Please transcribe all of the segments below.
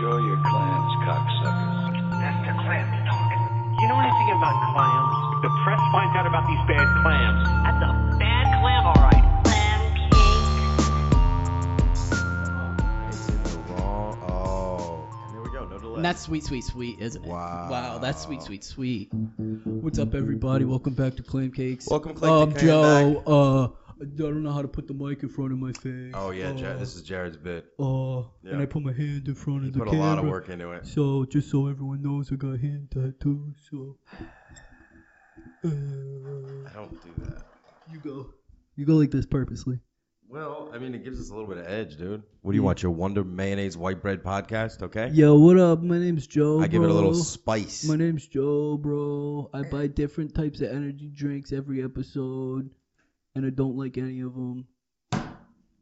Show your clams, cocksuckers. That's the clams talking. You know anything about clams? The press finds out about these bad clams. That's a bad clam, all right. It's in the wrong. Oh, and there we go. No delay. And that's sweet, sweet, sweet, isn't it? Wow. Wow, that's sweet, sweet, sweet. What's up, everybody? Welcome back to Clam Cakes. Welcome, Clay, Um, to Clam Joe. Uh, I don't know how to put the mic in front of my face. oh yeah, uh, Jared, this is Jared's bit. Uh, and Yeah. I put my hand in front of the Put a camera. lot of work into it. So just so everyone knows, I got hand tattoos. So. Uh, I don't do that. you go. You go like this purposely. Well, I mean, it gives us a little bit of edge, dude. What do you want? Your Wonder Mayonnaise White Bread podcast? Okay. Yo, what up? My name's Joe. I give it a little bro. spice. My name's Joe, bro. I buy different types of energy drinks every episode, and I don't like any of them.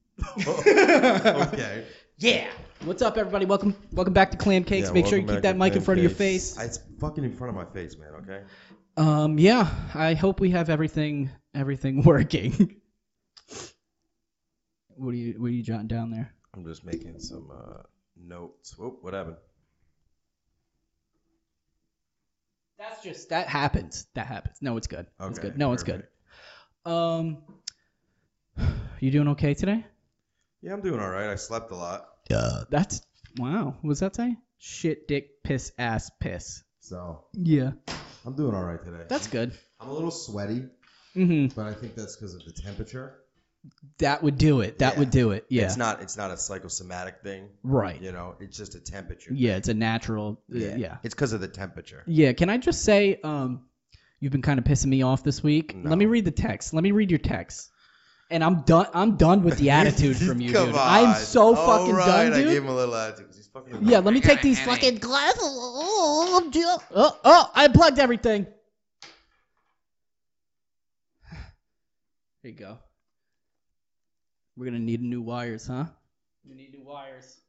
okay. Yeah. What's up, everybody? Welcome, welcome back to Clam Cakes. Make sure you keep that mic in front of your face. It's fucking in front of my face, man. Okay. Um, yeah. I hope we have everything, everything working. what are you, what are you jotting down there? I'm just making some uh, notes. Whoop, what happened? That's just that happens. That happens. No, it's good. it's Okay, good. No, it's good. Um, you doing okay today? Yeah, I'm doing all right. I slept a lot, Yeah. That's wow. What does that say? Shit, dick, piss, ass, piss. so Yeah, I'm doing all right today. that's good. I'm a little sweaty, hmm but I think that's because of the temperature. That would do it. That Yeah. would do it. Yeah. It's not it's not a psychosomatic thing. right. Yeah. You know, it's just a temperature. it's a natural. Yeah. uh, yeah. It's because of the temperature. Yeah, Can I just say, um, you've been kind of pissing me off this week. No. Let me read the text. Let me read your text. And I'm done. I'm done with the attitude from you, Come dude. I'm on. All so fucking right, done, I dude. gave him a little attitude 'cause he's fucking. Yeah, let me take these fucking glasses. Oh, Joe. oh, oh, I plugged everything. There you go. We're gonna need new wires, huh? We need new wires.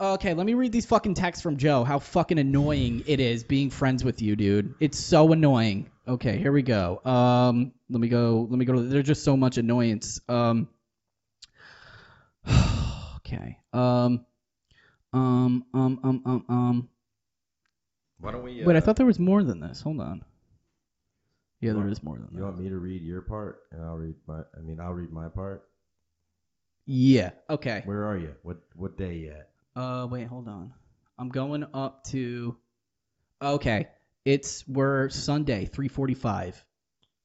Okay, let me read these fucking texts from Joe. How fucking annoying it is being friends with you, dude. It's so annoying. Okay, here we go. Um, let me go. Let me go. To, there's just so much annoyance. Um. Okay. Um. Um, um, um, um, um. Why don't we? Uh, Wait, I thought there was more than this. Hold on. Yeah, there What? is more than you that. want me to read your part, and I'll read my. I mean, I'll read my part. Yeah. Okay. Where are you? What what day yet? Uh, wait, hold on. I'm going up to. Okay, it's we're Sunday, 3:45.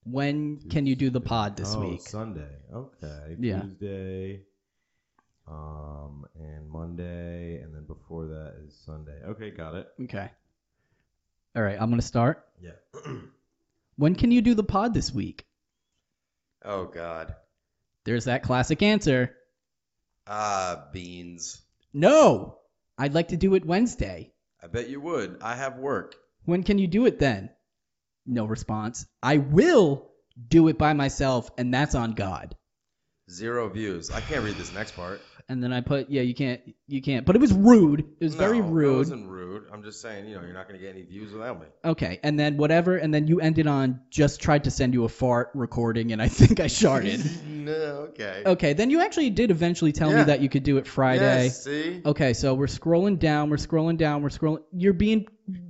When can you do the pod this oh, week? Sunday. Okay. Yeah. Tuesday. Um, and Monday, and then before that is Sunday. Okay, got it. Okay. All right, I'm gonna start. Yeah. When can you do the pod this week? oh God. There's that classic answer. Ah, beans. No, I'd like to do it Wednesday. I bet you would. I have work. When can you do it then? No response. I will do it by myself, and that's on God. Zero views. I can't read this next part. And then I put, yeah, you can't, you can't. But it was rude. It was very No, no, It rude. wasn't rude. I'm just saying, you know, you're not going to get any views without me. Okay, and then whatever, and then you ended on just tried to send you a fart recording, and I think I sharded. no, okay. okay, then you actually did eventually tell me Yeah. that you could do it Oh, Friday. Oh, Yes, see? Okay, so we're scrolling down, we're scrolling down, we're scrolling. You're being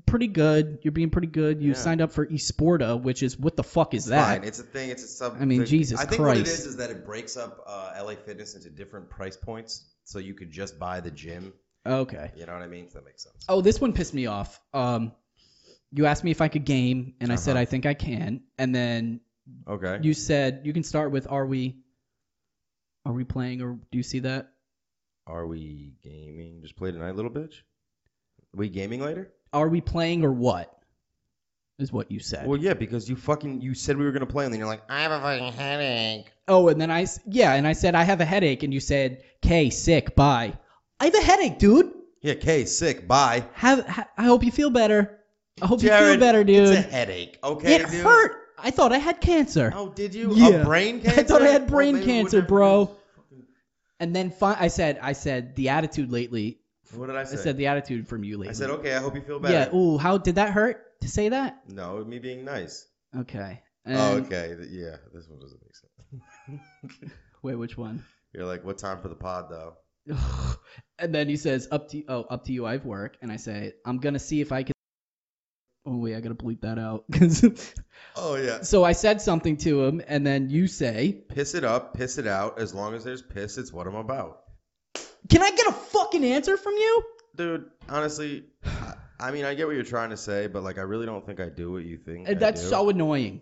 pretty good. You're being pretty good. You Yeah. signed up for Esporta, which is what the fuck is that? Fine. It's a thing. It's a sub. I mean, thing. Jesus I think what it Christ. is is that it breaks up uh, LA Fitness into different price points, so you could just buy the gym. Okay. You know what I mean? If that makes sense. Oh, this one pissed me off. Um, you asked me if I could game, and I said Uh-huh. I think I can, and then Okay. you said you can start with are we, are we playing or do you see that? Are we gaming? Just play tonight, little bitch. We gaming later? are we playing or what? Is what you said. Well, yeah, because you fucking you said we were gonna play, and then you're like, "Ah." I have a fucking headache. oh, and then I s- yeah, and I said I have a headache, and you said, "K, sick, bye." I have a headache, dude. Yeah, Kay, sick. Bye. Have ha- I hope you feel better. I hope you feel Jared, better, It's a dude. headache. Okay. It dude? hurt. I thought I had cancer, Oh, did you? Yeah. A brain I cancer? thought I had Well, brain maybe we cancer, wouldn't have bro. to and then fi- I said, I said the attitude lately. do- What did I I say? said the attitude from you lately. I said, okay, I hope you feel better. yeah. Ooh, how did that hurt to say that? No, me being nice. Okay. oh, And- okay. th- Yeah, this one doesn't make sense. Wait, which one? You're like, what time for the pod, though? and then he says, "Up to oh, up to you. I've work." And I say, "I'm gonna see if I can." Oh wait, I gotta bleep that out. 'Cause- Oh yeah. so I said something to him, and then you say, Piss it up, piss it out. As long as there's piss, it's what I'm about, "Can I get a fucking answer from you?" dude. Honestly, I, I mean, I get what you're trying to say, but like, I really don't think I do what you think. And I that's do. so annoying.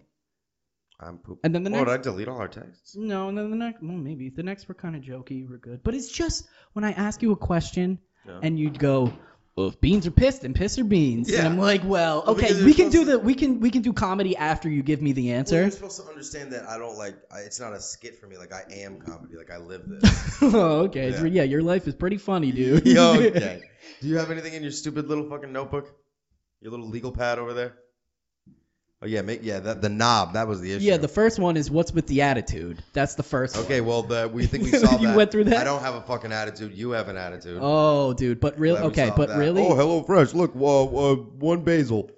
I'm poop. And then the oh, next did I delete all our texts? No, and then the next, well, maybe the next were kind of jokey, were good. But it's just when I ask you a question Yeah. and you'd go, "Well, if beans are pissed, then piss are beans." And Yeah. I'm like, "Well, Well, okay, because we you're can do supposed to- the, we can, we can do comedy after you give me the Well, answer." you're supposed to understand that I don't like. I, it's not a skit for me. Like I am comedy. Like I live this. oh, okay, so, Yeah. yeah, your life is pretty funny, dude. Yo, okay. Do you have anything in your stupid little fucking notebook? Your little legal pad over there? Oh yeah, make yeah. That the knob. That was the issue. yeah, the first one is what's with the attitude. That's the first. one. Okay, well, the, we think we solved You that. went through that? I don't have a fucking attitude. You have an attitude. Oh, dude, but really, Glad we okay, solved but that. really, Oh, hello, fresh. Look, uh, uh, one basil.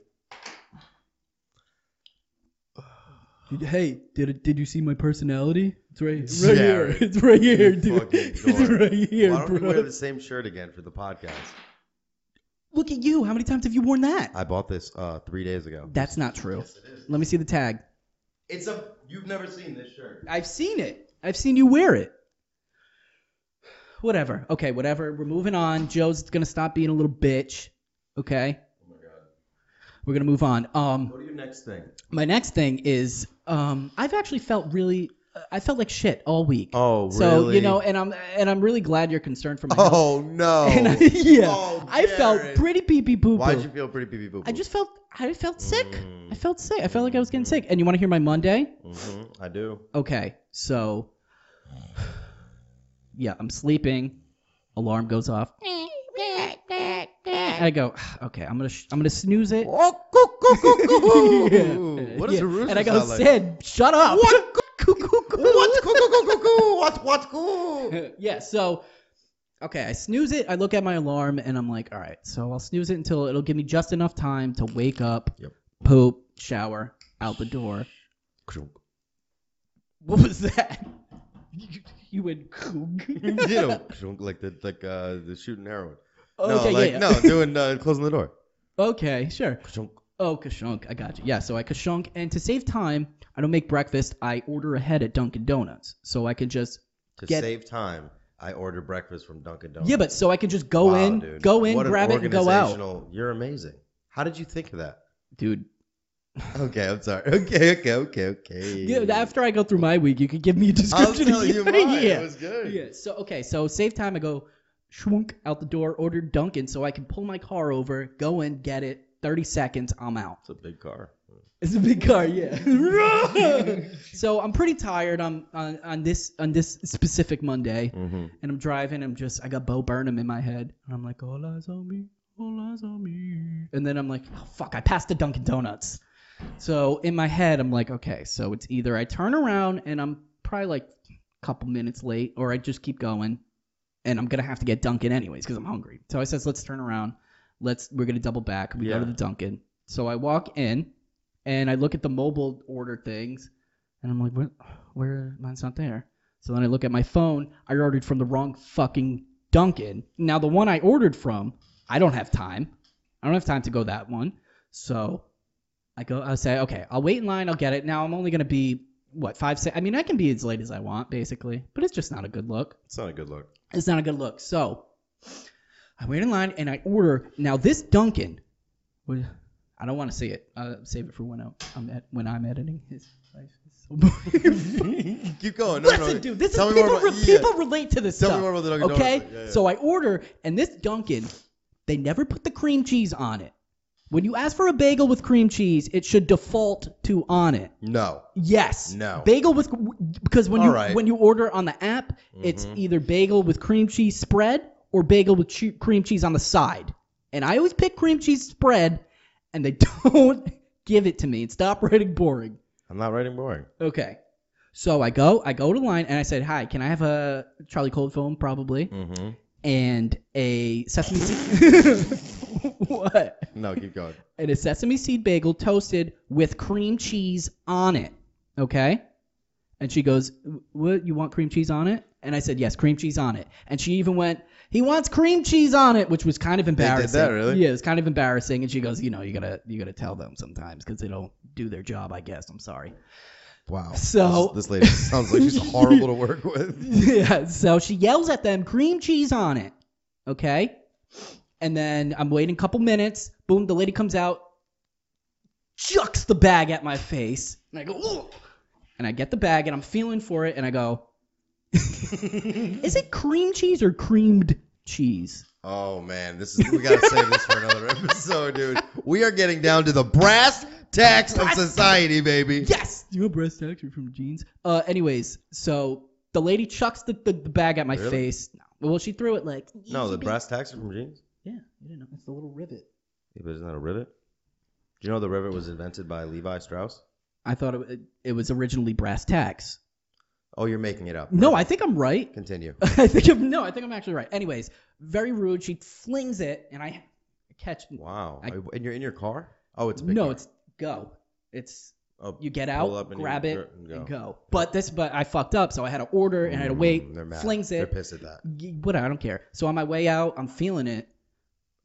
hey, did did you see my personality? It's right, right here. Jared, It's right here, dude. fucking It's dork. right here, Why don't we wear the same shirt again for the podcast? Look at you. How many times have you worn that? I bought this uh, three days ago. That's not true. Yes, it is. Let me see the tag. It's a. You've never seen this shirt. I've seen it. I've seen you wear it. Whatever. Okay, whatever. We're moving on. Joe's gonna stop being a little bitch. Okay. Oh my god. We're gonna move on. Um, What are your next thing? my next thing is, um, I've actually felt really, uh, I felt like shit all week. Oh, So you know, and I'm and I'm really glad you're concerned for my. health. Oh no. And I- yeah, Oh, I felt Jared. pretty pee pee poo poo. Why'd you feel pretty pee pee boo boo? I just felt I felt sick. Mm. I felt sick. I felt like I was getting sick. And you want to hear my Monday? hmm I do. Okay, so yeah, I'm sleeping. Alarm goes off. And I go, okay, I'm gonna sh- I'm gonna snooze it. Yeah. What does Yeah. a rooster And I go, sound like? Sid, shut up. What? What? Coo, coo, coo, coo, coo. What? What? Coo. yeah, so okay, I snooze it. I look at my alarm and I'm like, all right, so I'll snooze it until it'll give me just enough time to wake up, Yep. poop, shower, out the door. What was that? You, you went koog. you know, like the like uh, the shooting heroin. Oh, okay, no, like yeah, yeah. no, doing uh, closing the door. Okay, sure. Oh, kashunk. I got you. Yeah, so I kashunk. And to save time, I don't make breakfast. I order ahead at Dunkin' Donuts. So I can just. To Get- save time, I order breakfast from Dunkin' Donuts. Yeah, but so I can just go Wow, in, dude. go in, What an grab it, and go out. organizational- You're amazing. How did you think of that? Dude. Okay, I'm sorry. Okay, okay, okay, okay. Yeah, after I go through my week, you could give me a I'll description. tell you mine. yeah. It was good. yeah. So, okay, so save time. I go shwunk out the door, order Dunkin' so I can pull my car over, go in, get it. 30 seconds, I'm out. It's a big car. It's a big car, yeah. so I'm pretty tired on, on on this on this specific Monday, Mm-hmm. and I'm driving. I'm just I got Bo Burnham in my head, and I'm like, all eyes on me, all eyes on me. And then I'm like, oh, fuck, I passed the Dunkin' Donuts. So in my head, I'm like, okay, so it's either I turn around and I'm probably like a couple minutes late, or I just keep going, and I'm gonna have to get Dunkin' anyways because I'm hungry. So I says, let's turn around. Let's we're gonna double back. We Yeah. go to the Dunkin'. So I walk in and I look at the mobile order things, and I'm like, where, where mine's not there. So then I look at my phone. I ordered from the wrong fucking Dunkin'. Now the one I ordered from, I don't have time. I don't have time to go that one. So I go. I say, okay, I'll wait in line. I'll get it. Now I'm only gonna be what five. Se- I mean, I can be as late as I want, basically. But it's just not a good look. It's not a good look. It's not a good look. So I wait in line and I order. Now this Dunkin', was- I don't want to see it. Uh, save it for when I'm- I'm ed- when I'm editing. His life is so boring. Keep going. No, Listen, no. dude, this Tell is me more people. about- re- yeah. People relate to this Tell stuff. me more about the Dunkin' okay, Donuts. Yeah, yeah. so I order and this Dunkin', they never put the cream cheese on it. When you ask for a bagel with cream cheese, it should default to on it. No. Yes. No. Bagel with because when you All right. when you order on the app, Mm-hmm. it's either bagel with cream cheese spread or bagel with che- cream cheese on the side. And I always pick cream cheese spread, and they don't give it to me. And stop writing boring. I'm not writing boring. Okay. So I go I go to line and I said, "Hi, can I have a Charlie Cold film probably Mm-hmm. and a sesame seed What? No, keep going. and a sesame seed bagel toasted with cream cheese on it. Okay? And she goes, "What? You want cream cheese on it?" And I said, yes, cream cheese on it. And she even went, he wants cream cheese on it, which was kind of that, embarrassing. really? Yeah, it's kind of embarrassing. And she goes, you know, you gotta you gotta tell them sometimes because they don't do their job. I guess. I'm sorry. Wow. So- this, this lady sounds like she's horrible to work with. yeah. So she yells at them, cream cheese on it. Okay. And then I'm waiting a couple minutes. Boom, the lady comes out, chucks the bag at my face. And I go, Ooh. and I get the bag and I'm feeling for it. And I go, is it cream cheese or creamed cheese? Oh man, this is we gotta save this for another episode, dude. We are getting down to the brass tacks of society, baby. Yes. You know breast texture from jeans. Uh, anyways, so the lady chucks the, the, the bag at my Really? face. Well, she threw it like No, the brass tacks are from jeans. Yeah, you didn't know. It's the little rivet. Yeah, but isn't that a rivet? Do you know the rivet was invented by Levi Strauss? I thought it, it was originally brass tacks. Oh, you're making it up. No, I uh, think I'm right. Continue. I think I'm no, I think I'm actually right. Anyways, very rude. She flings it, and I catch. Wow. I- and you're in your car? Oh, it's a big no, car. it's go. It's Oh, you get pull out, and grab you- it, and and go. But this, but I fucked up, so I had to order and I had to wait. Mm, they're mad. Flings They're it. pissed at that. Y- Whatever, I don't care. So on my way out, I'm feeling it.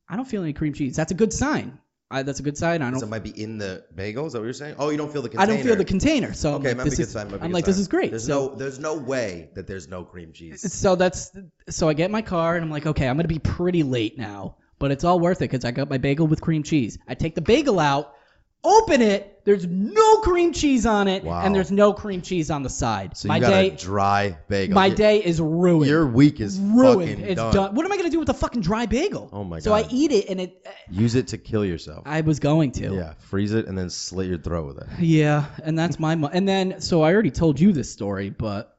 I don't feel any cream cheese. That's a good sign. I, that's a good sign. I So it don't. might be in the bagel. Is that what you're saying? Oh, you don't feel the I container. don't feel the container. So Okay, I'm might like, be this good is. sign, might be I'm good like, this sign. is great. There's so no, there's no way that there's no cream cheese. So that's so I get in my car and I'm like, okay, I'm gonna be pretty late now, but it's all worth it because I got my bagel with cream cheese. I take the bagel out, open it. There's no cream cheese on it, Wow. and there's no cream cheese on the side. So you my got day, a dry bagel. my Your- day is ruined. Your week is ruined. fucking It's done. done. What am I gonna do with a fucking dry bagel? Oh my So I God. eat it and it. Use it to kill yourself. I was going to. yeah, freeze it and then slit your throat with it. Yeah, and that's my mo- and then so I already told you this story, but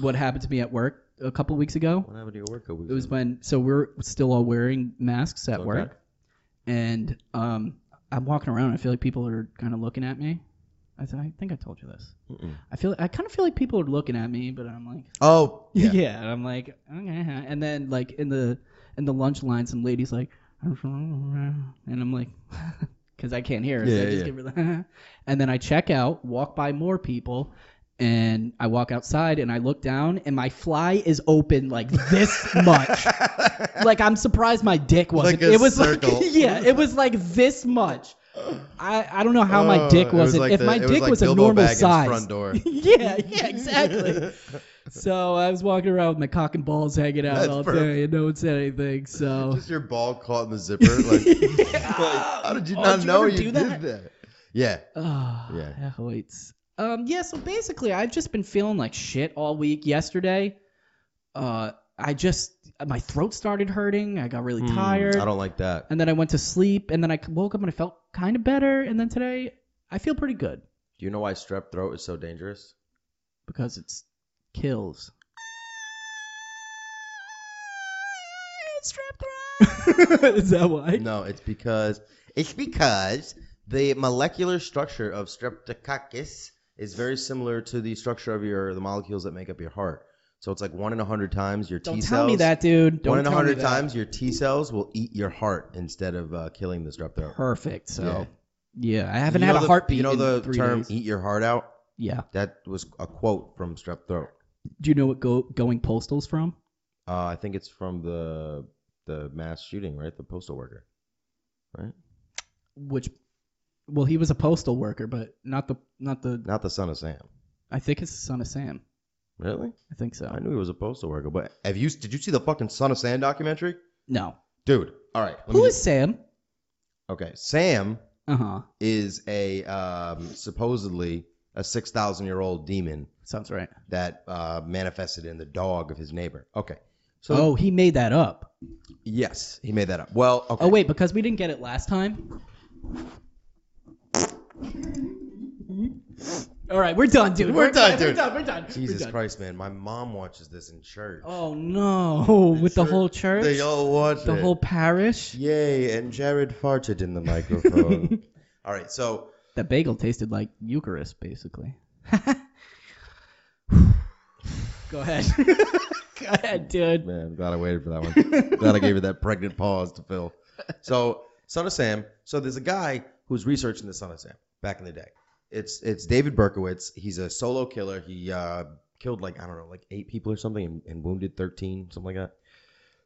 what happened to me at work a couple weeks ago? What happened to your work? A week It was when so we're still all wearing masks at Okay. work, and um, I'm walking around. And I feel like people are kind of looking at me. I, th- I think I told you this. Mm-mm. I feel I kind of feel like people are looking at me, but I'm like, Oh, yeah. and I'm like, okay. huh." And then like in the in the lunch line, some ladies like, and I'm like, because I can't hear. so I Yeah, just yeah. give her the and then I check out, walk by more people. And I walk outside and I look down and my fly is open like this much. Like I'm surprised my dick wasn't. Like a it was circle. like yeah, it was like this much. I I don't know how Oh, my dick wasn't. if my dick was, a normal size. Front door. yeah, yeah, exactly. so I was walking around with my cock and balls hanging out That's all perfect. day, and no one said anything. So Just your ball caught in the zipper. Like, like, how did you Oh, not did you know ever you do that? did that? Yeah. Ah, Yeah. yeah. Um, yeah, so basically, I've just been feeling like shit all week. Yesterday, uh, I just my throat started hurting. I got really tired, Hmm, I don't like that. and then I went to sleep, and then I woke up and I felt kind of better, and then today I feel pretty good Do you know why strep throat is so dangerous? because it's kills. Is that why? No, it's because it's because the molecular structure of streptococcus is very similar to the structure of your the molecules that make up your heart. So it's like one in a hundred times your Don't T tell cells. me that, dude. Don't one in a tell me hundred that. times your T cells will eat your heart instead of uh, killing the strep throat. Perfect. So, Yeah. yeah, I haven't You had know a the- heartbeat. You know in the three term e days. "eat your heart out." yeah. That was a quote from strep throat. Do you know what go, going postal's from? Uh, I think it's from the the mass shooting, right? The postal worker. Which, well, he was a postal worker, but not the not the. Not the son of Sam. I think it's the son of Sam. Really? I think so. I knew he was a postal worker, but have you? Did you see the fucking Son of Sam documentary, No. dude? All right. let me Who is just- Sam? okay? Sam Uh huh. is a um, supposedly a six thousand year old demon Sounds right. that uh, manifested in the dog of his neighbor. Okay. So oh, he made that up. yes, he made that up. Well, okay. Oh wait, because we didn't get it last time. All right, Mm-hmm. we're done, dude. We're done, We're dude. done. We're done. Jesus we're done. Christ, man! My mom watches this in church. Oh no! With the Church- whole church, They all watch the it. whole parish. Yay! And Jared farted in the microphone. all right, so That bagel tasted like Eucharist, basically. Go ahead. Go ahead, dude. Man, glad I waited for that one. glad I gave you that pregnant pause to fill. So, Son of Sam. So there's a guy who's researching the Son of Sam back in the day. It's it's David Berkowitz. He's a solo killer. He uh, killed like I don't know, like eight people or something, and, and wounded thirteen, something like that.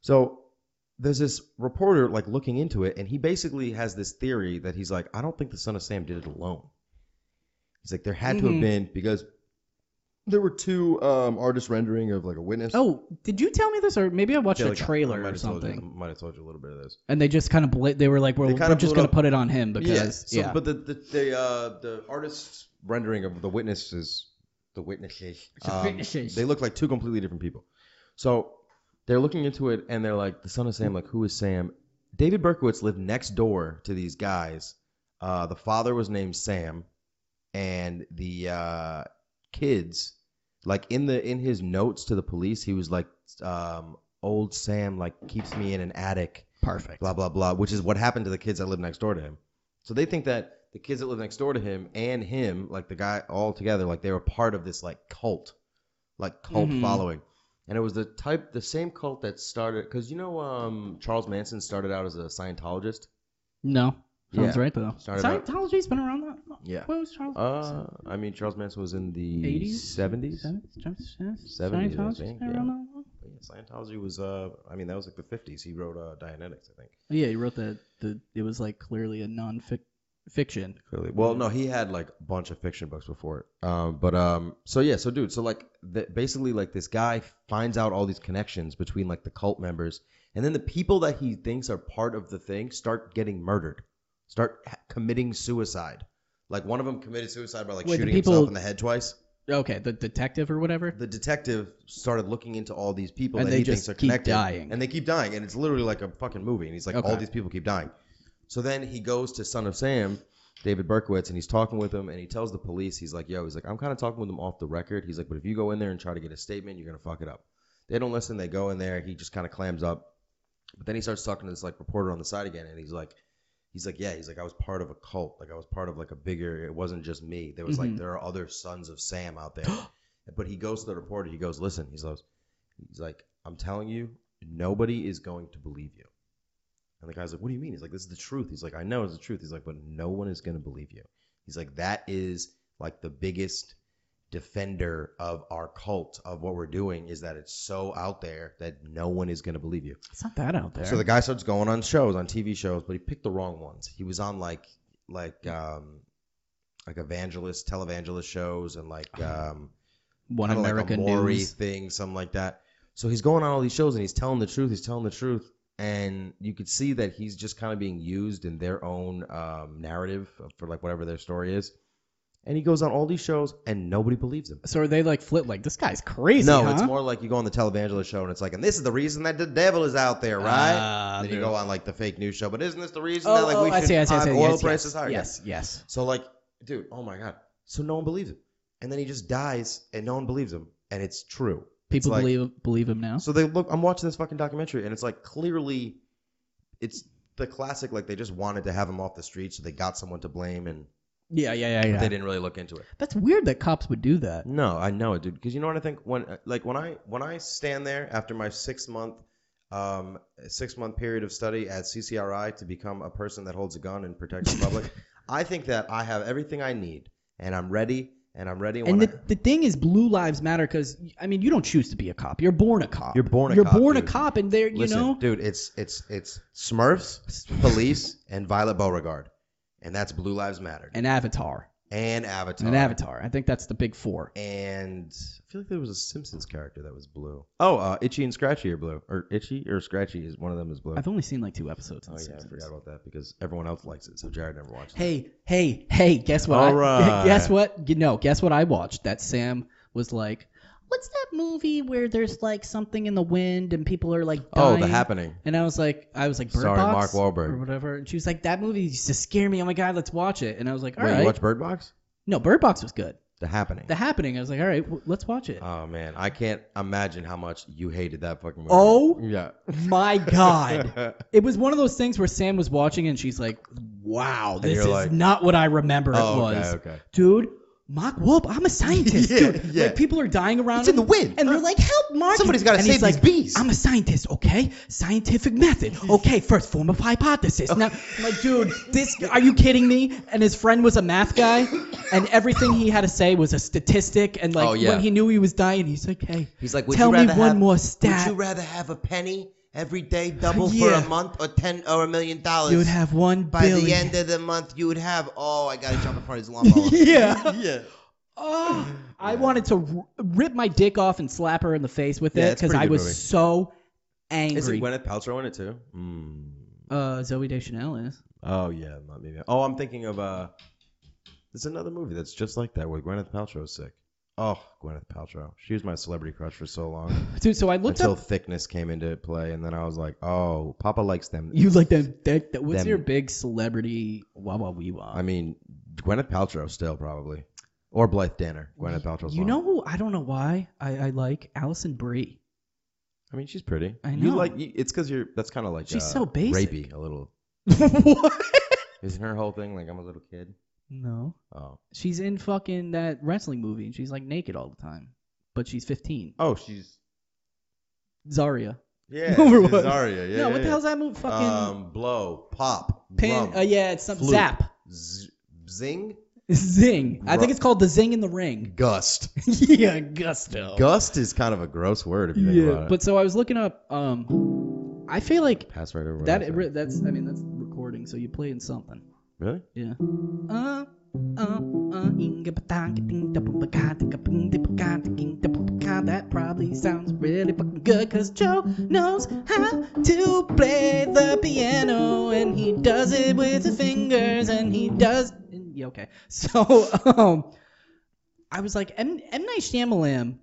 So there's this reporter like looking into it, and he basically has this theory that he's like, I don't think the son of Sam did it alone. He's like, there had to Mhm. have been because there were two um, artist rendering of like a witness. Oh, did you tell me this, or maybe I watched Yeah, a like, I- I trailer might or have told you- something? I might have told you a little bit of this. And they just kind of blit. They were like, "We're, They we're kinda blew just it gonna up. put it on him because so- yeah." But the the the, uh, the artist's rendering of the witnesses, the witnesses, um, The witnesses. they look like two completely different people. So they're looking into it and they're like, the son of Sam, like who is Sam? David Berkowitz lived next door to these guys. Uh, the father was named Sam, and the uh, kids, like in the in his notes to the police, he was like, um, old Sam like keeps me in an attic Perfect. blah blah blah, which is what happened to the kids that live next door to him. So they think that the kids that live next door to him and him, like the guy all together, like they were part of this like cult, like cult Mhm. following. And it was the type, the same cult that started, because you know, um, Charles Manson started out as a Scientologist. No, sounds Yeah. right though. Started out- Scientology's been around that. long. Yeah. When was Charles? Uh, I mean, Charles Manson was in the 80s, 70s. Seventies, I Scientology's think, been yeah. around that long? Yeah, Scientology was, uh, I mean, that was like the 50s. He wrote uh, Dianetics, I think. Oh, Yeah, he wrote the the. It was like clearly a non-fiction. Clearly. Well, no, he had like a bunch of fiction books before it. Um, but um, so yeah, so dude, so like the, basically like this guy finds out all these connections between like the cult members, and then the people that he thinks are part of the thing start getting murdered, start ha- committing suicide. Like one of them committed suicide by like Wait, the shooting people- himself in the head twice. Okay, the detective or whatever. The detective started looking into all these people And that they he just thinks are keep connected, dying. and they keep dying, and it's literally like a fucking movie. And he's like, all Okay. these people keep dying. So then he goes to Son of Sam, David Berkowitz, and he's talking with him, and he tells the police, he's like, yo, he's like, I'm kind of talking with him off the record. He's like, but if you go in there and try to get a statement, you're gonna fuck it up. They don't listen. They go in there. He just kind of clams up. But then he starts talking to this like reporter on the side again, and he's like, he's like, yeah, he's like, I was part of a cult. Like I was part of like a bigger. It wasn't just me. There was Mhm. like there are other sons of Sam out there. but he goes to the reporter. He goes, listen. He's like, he's like, I'm telling you, nobody is going to believe you. And the guy's like, what do you mean? He's like, this is the truth. He's like, I know it's the truth. He's like, but no one is going to believe you. He's like, that is like the biggest defender of our cult of what we're doing is that it's so out there that no one is going to believe you. It's not that out there. So the guy starts going on shows, on TV shows, but he picked the wrong ones. He was on like like um like evangelist, televangelist shows and like um One kinda America like a Maury News. thing, something like that. So he's going on all these shows and he's telling the truth. He's telling the truth, and you could see that he's just kind of being used in their own um, narrative for like whatever their story is. And he goes on all these shows, and nobody believes him. So are they like flip like this guy's crazy? no, huh? it's more like you go on the televangelist show, and it's like, and this is the reason that the devil is out there, right? Ah, then you dude. go on like the fake news show, but isn't this the reason that Oh, like oh, we I should see, I see, I have see. oil yes, prices yes, higher? Yes, yes. So like, dude, oh my god. So no one believes him, and then he just dies, and no one believes him, and it's true. It's People like- believe believe him now. So they look. I'm watching this fucking documentary, and it's like clearly, it's the classic. Like they just wanted to have him off the street, so they got someone to blame, and Yeah, yeah, yeah, but they yeah. didn't really look into it. That's weird that cops would do that. No, I know it, dude. Because you know what I think when, like when I when I stand there after my six month, um, six month period of study at CCRI to become a person that holds a gun and protects the public, I think that I have everything I need, and I'm ready, and I'm ready. When And I, the, the thing is, blue lives matter because I mean, you don't choose to be a cop. You're born a cop. You're born a You're cop, born a dude. cop, and there, you Listen, know, dude, it's it's it's Smurfs, Police, and Violet Beauregard, and that's Blue Lives Matter an avatar, and Avatar an avatar. I think that's the big four. and I feel like there was a Simpsons character that was blue. Oh, uh, Itchy and Scratchy are blue, or Itchy or Scratchy is one of them is blue. I've only seen like two episodes. of Oh The yeah, I Simpsons. forgot about that because everyone else likes it, so Jared never watched it. Hey, hey, hey! Guess what? All I, right. Guess what? You know, guess what I watched? That Sam was like, "What's that movie where there's like something in the wind and people are like Oh, dying?" the happening. And I was like, I was like, Bird Starring Box Mark Wahlberg. or whatever. And she was like, that movie used to scare me. Oh my god, let's watch it. And I was like, all Wait, right. you watch Bird Box? no, Bird Box was good. The happening. The Happening. I was like, all right, w- let's watch it. oh man, I can't imagine how much you hated that fucking movie. Oh. yeah. my god. It was one of those things where Sam was watching and she's like, "Wow, this you're is like- not what I remember it oh, was." okay, okay. Dude, Mock whoop. I'm a scientist, Yeah, dude. yeah. Like people are dying around. It's in him, the wind. Uh, and they're like, "Help, Mark!" Somebody's gotta And he's save these like, bees. I'm a scientist, okay? Scientific method, okay? First form of Oh. hypothesis. Now, I'm like, dude, this. Are you kidding me? And his friend was a math guy, and everything he had to say was a statistic. And like Oh, yeah. when he knew he was dying, he's like, "Hey, He's like, would tell you me rather one have, more stat." Would you rather have a penny every day, double Yeah. for a month, or ten or a million dollars? You would have one by the billion. end of the month, you would have. Oh, I gotta jump in front of his lawnmower. yeah. yeah. Oh, I wanted to r- rip my dick off and slap her in the face with Yeah, it it's a because pretty I good was movie. so angry. Gwyneth Paltrow in it too? Mm. uh, Zoe Deschanel is. Oh yeah, not maybe. Oh, I'm thinking of uh, there's another movie that's just like that where Gwyneth Paltrow is sick. Oh, Gwyneth Paltrow. She was my celebrity crush for so long Dude, so I looked until up. thickness came into play, and then I was like, oh, Papa likes them. You like that? that, that what's Them- your big celebrity? Wah wah wee wah. I mean, Gwyneth Paltrow still probably, or Blythe Danner. Gwyneth Paltrow's. You mom. know who? I don't know why I, I like Allison Brie. I mean, she's pretty. I You know. like you, it's because you're. That's kind of like She's uh, so basic. rapey a little. what? Isn't her whole thing like I'm a little kid? No, Oh, she's in fucking that wrestling movie and she's like naked all the time, but she's 15. oh, she's Zaria. yeah. Over she's what? Zarya, yeah. no, what yeah, the yeah. hell's that movie? Fucking Um, blow, pop, pin. rum, Uh, yeah, it's some flute. zap. z- zing, Zing. I think Gru- it's called the Zing in the Ring. gust. yeah, gusto. Gust is kind of a gross word if you think yeah, about it. but so I was looking up. Um, I feel like Pass right over. what I that. said. Re- that's. I mean, that's recording. So you playing something? really? Yeah. Uh, uh, uh, inga batanga ding da bum baka dinga bing di baka ding da bum baka. That probably sounds really fucking good because Joe knows how to play the piano and he does it with his fingers and he does. Yeah, okay. So, um, I was like, M. M. Night Shyamalan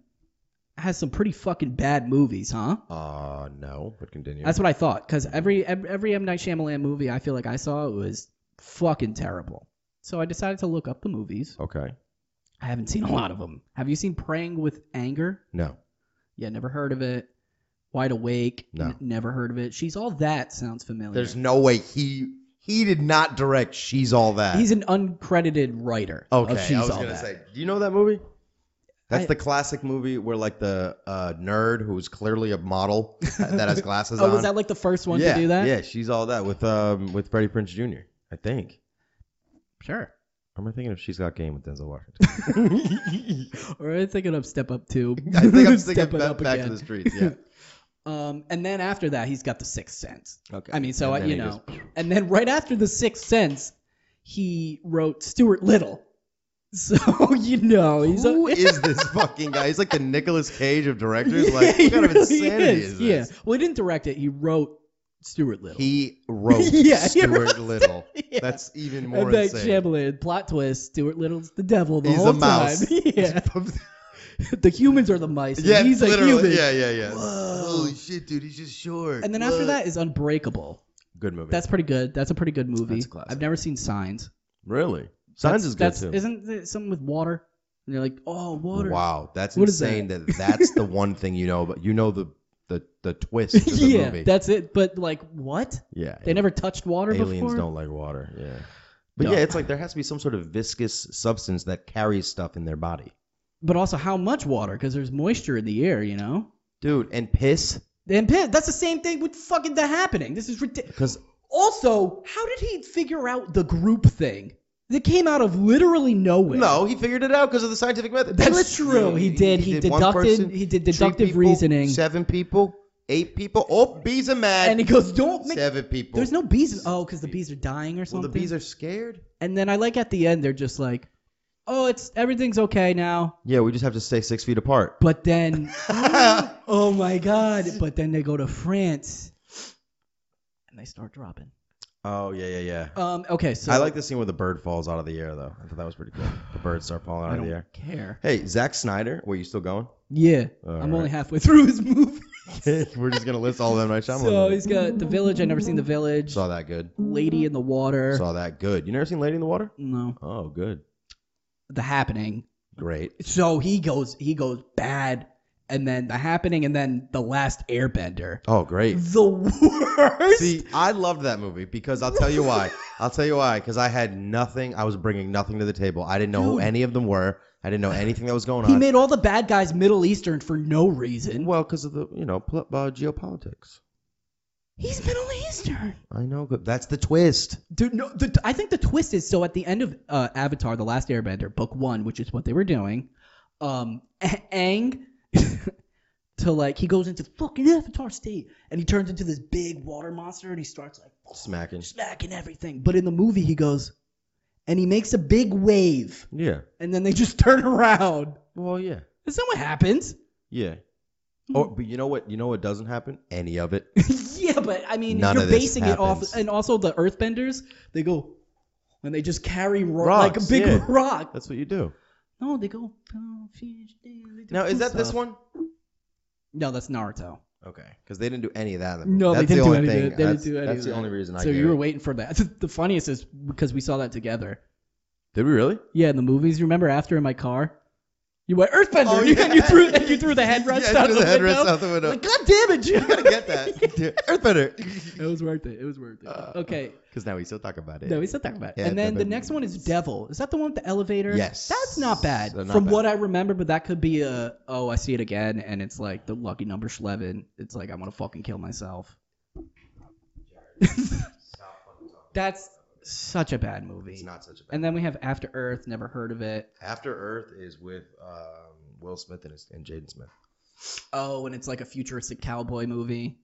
has some pretty fucking bad movies, huh? Uh no. But continue. That's what I thought because every ev- every M Night Shyamalan movie I feel like I saw was fucking terrible. So I decided to look up the movies. okay. I haven't seen a lot of them. Have you seen Praying with Anger? No. Yeah, never heard of it. Wide Awake? No. never heard of it. She's all that sounds familiar. There's no way he he did not direct. She's all that. He's an uncredited writer. of okay. Oh, She's I was all gonna that. say. Do you know that movie? That's I- the classic movie where like the uh, nerd who's clearly a model that has glasses Oh, on. was that like the first one yeah, to do that? Yeah, she's all that with um with Freddie Prince Jr. I think. Sure. Or am I thinking of She's Got Game with Denzel Washington? Or I was thinking of Step Up 2. I think I'm Step thinking It back, back to Again. the streets. Yeah. Um, and then after that, he's got The Sixth Sense. Okay. I mean, so And I, then you he know, and then right after The Sixth Sense, he wrote Stuart Little. So you know, he's a, Who is this fucking guy? He's like the Nicolas Cage of directors. Like, he what kind of really insanity is, this? Yeah, well, he didn't direct it. He wrote Stuart Little. He wrote Yeah, he Stuart wrote- Little. Yeah. That's even more and that insane. Chamberlain plot twist: Stuart Little's the devil the He's whole a mouse. time. Yeah, the humans are the mice. and yeah, he's a literally. human. Yeah, yeah, yeah. Whoa. Holy shit, dude, he's just short. And then after Look. that is Unbreakable. good movie. That's pretty good. That's a pretty good movie. That's a classic. I've never seen Signs. really Signs is good that's, too. Isn't it something with water? And you're like, oh, water. Wow, that's What is insane. That? that's the one thing you know, but you know the the the twist to the yeah, movie. that's it. But like, what? yeah, They never touched water aliens before. don't like water. Yeah. But No. yeah, it's like there has to be some sort of viscous substance that carries stuff in their body. But also, how much water? Because there's moisture in the air, you know. Dude, and piss And Pitt, that's the same thing with fucking the happening. This is ridiculous. because Also, how did he figure out the group thing? That came out of literally nowhere. no, he figured it out because of the scientific method. That's Lit- true. He did. He one deducted- person, he did three deductive people, reasoning. Seven people, eight people. Oh, bees are mad. And he goes, "Don't make." seven people. There's no bees. In- oh, because the bees are dying or Well, something. the bees are scared. And then I like at the end, they're just like, "Oh, it's everything's okay now." Yeah, we just have to stay six feet apart. But then, oh my god! But then they go to France, and they start dropping. Oh yeah, yeah, yeah. Um. Okay. So I like the scene where the bird falls out of the air, though. I thought that was pretty cool. The birds start falling I out of don't the air. care. Hey, Zack Snyder, were you still going? Yeah. All I'm right. only halfway through his movie. We're just gonna list all of them. Right, Shyamalan. So movies. he's got The Village. I never seen The Village. saw that good. Lady in the Water. Saw that good. You never seen Lady in the Water? no. Oh, good. The Happening. Great. So he goes. He goes bad, and then The Happening, and then The Last Airbender. Oh, great. The worst. See, I loved that movie because I'll tell you why. I'll tell you why. Because I had nothing. I was bringing nothing to the table. I didn't know who Dude. any of them were. I didn't know anything that was going He on. made all the bad guys Middle Eastern for no reason. well, because of the you know pl- uh, geopolitics. He's Middle Eastern. I know. but That's the twist. Dude, no, the, I think the twist is so at the end of uh, Avatar: The Last Airbender, Book One, which is what they were doing, um, Ang to like he goes into fucking Avatar state and he turns into this big water monster and he starts like Smacking. smacking everything. But in the movie, he goes and he makes a big wave Yeah. and then they just turn around. Well, yeah. Is that what happens? Yeah. Or, Oh, but you know what? You know what doesn't happen? Any of it. yeah, but I mean, None you're of this basing it off, happens. and also the Earthbenders, they go and they just carry ro- Rocks, like a big yeah. rock. That's what you do. No, they go "Oh, fish, they do Now, is that this stuff." one? No, that's Naruto. Okay. Because they didn't do any of that. in the No, movie. That's the they didn't do only any. of thing. that. They that's, didn't do any. That's of the that. only reason I. So gave you were it. waiting for that. The funniest is because we saw that together. Did we really? Yeah, in the movies, you remember after in my car, you went Earthbender, and, you, Oh, yeah. and you threw and you threw the headrest Yeah, I out threw the, the headrest window. out the window. Like, God damn it, you I gotta get that. Yeah, Earthbender. It was worth it. It was worth it. Uh, okay. Because now we still talk about it. No, we still talking about it. Yeah, and then the but- next one is Devil. Is that the one with the elevator? Yes. That's not bad. They're not From bad. what I remember, but that could be a oh, I see it again, and it's like the lucky number Schleven. It's like I want to fucking kill myself. That's such a bad movie. It's not such a bad. And then we have After Earth. Never heard of it. After Earth is with um, Will Smith and, his- and Jaden Smith. Oh, and it's like a futuristic cowboy movie.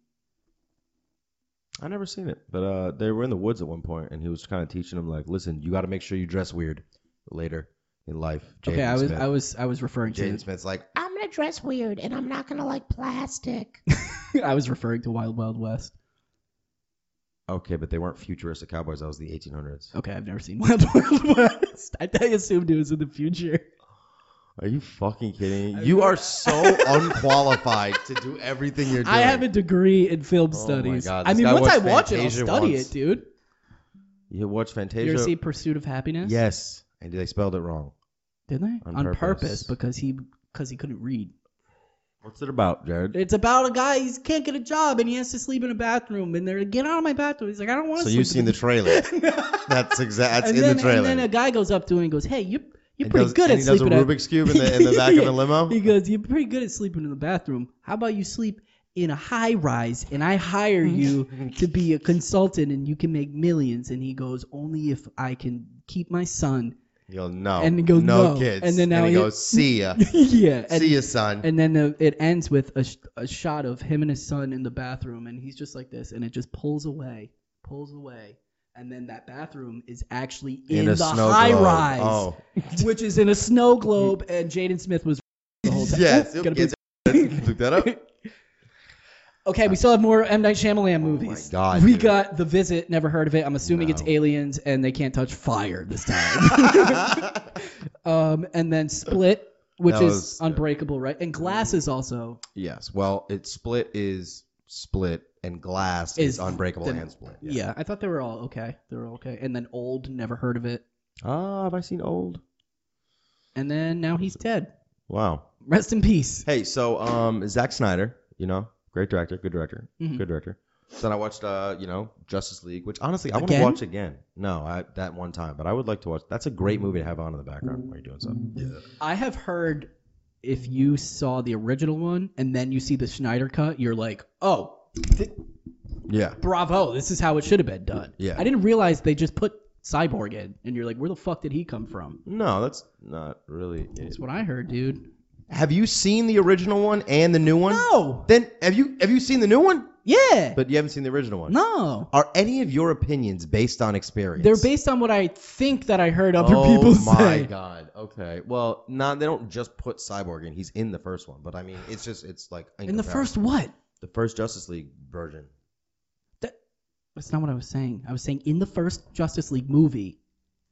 I never seen it, but uh, they were in the woods at one point, and he was kind of teaching him like, "Listen, you got to make sure you dress weird later in life." Jaden okay, I was Smith. I was I was referring Jaden to Smith's like, "Ah!" I'm gonna dress weird and I'm not gonna like plastic. I was referring to Wild Wild West. "Okay, but they weren't futuristic cowboys. That was the 1800s." Okay, I've never seen Wild Wild West. I, I assumed it was in the future. Are you fucking kidding? I me? You know. are so unqualified to do everything you're doing. I have a degree in film Oh my studies. God, I this mean, guy once I watched watch it, I'll Fantasia study once. it, dude. You watch You ever Fantasia? see Pursuit of Happiness? yes, and they spelled it wrong. Did they? On On, purpose. purpose. because he because he couldn't read. What's it about, Jared? It's about a guy he can't get a job and he has to sleep in a bathroom and they're like, get out of my bathroom. He's like, I don't want So to. you've seen the trailer. That's exact. That's and in then, the trailer. And then a guy goes up to him and goes, Hey, you you're And pretty does- good and at he does a sleeping. in Rubik's cube in the in the back of a limo. He goes, You're pretty good at sleeping in the bathroom. How about you sleep in a high rise and I hire you to be a consultant and you can make millions? And he goes, Only if I can keep my son. You go no, And he goes, no, "No." kids, And then now he he- goes see ya, yeah. And, see ya, son. and then uh, it ends with a, sh- a shot of him and his son in the bathroom and he's just like this and it just pulls away, pulls away. And then that bathroom is actually in, the high globe. rise, Oh, which is in a snow globe. And Jaden Smith was the whole time. yes, Oops, it gotta gets, look that up. Okay, we still have more M Night Shyamalan movies. Oh God, we dude. got The Visit. Never heard of it. I'm assuming it's No. aliens, and they can't touch fire this time. um, and then Split, which That is was- Unbreakable, right? And Glass is also yes, well, it split is split, and glass is, Is unbreakable the- and split. yeah. I thought they were all okay. They were all okay. And then Old. Never heard of it. Ah, have I seen old? And then now he's dead. Wow. Rest in peace. Hey, so um, Zack Snyder, you know, great director, good director, Mhm. good director. So then I watched, uh, you know, Justice League, which honestly I want to Again? watch again. No, I, that one time, but I would like to watch. That's a great movie to have on in the background while you're doing something. Yeah. I have heard if you saw the original one and then you see the Schneider cut, you're like, oh, Yeah. bravo, this is how it should have been done. Yeah. I didn't realize they just put Cyborg in, and you're like, where the fuck did he come from? No, that's not really. That's what I heard, dude. Have you seen the original one and the new one? No. Then have you have you seen the new one? Yeah. But you haven't seen the original one. no. Are any of your opinions based on experience? They're based on what I think that I heard other oh people my say. god. Okay. Well, not they don't just put Cyborg in. He's in the first one, but I mean, it's just it's like In the incomparable. first what? the first Justice League version. That's not what I was saying. I was saying in the first Justice League movie,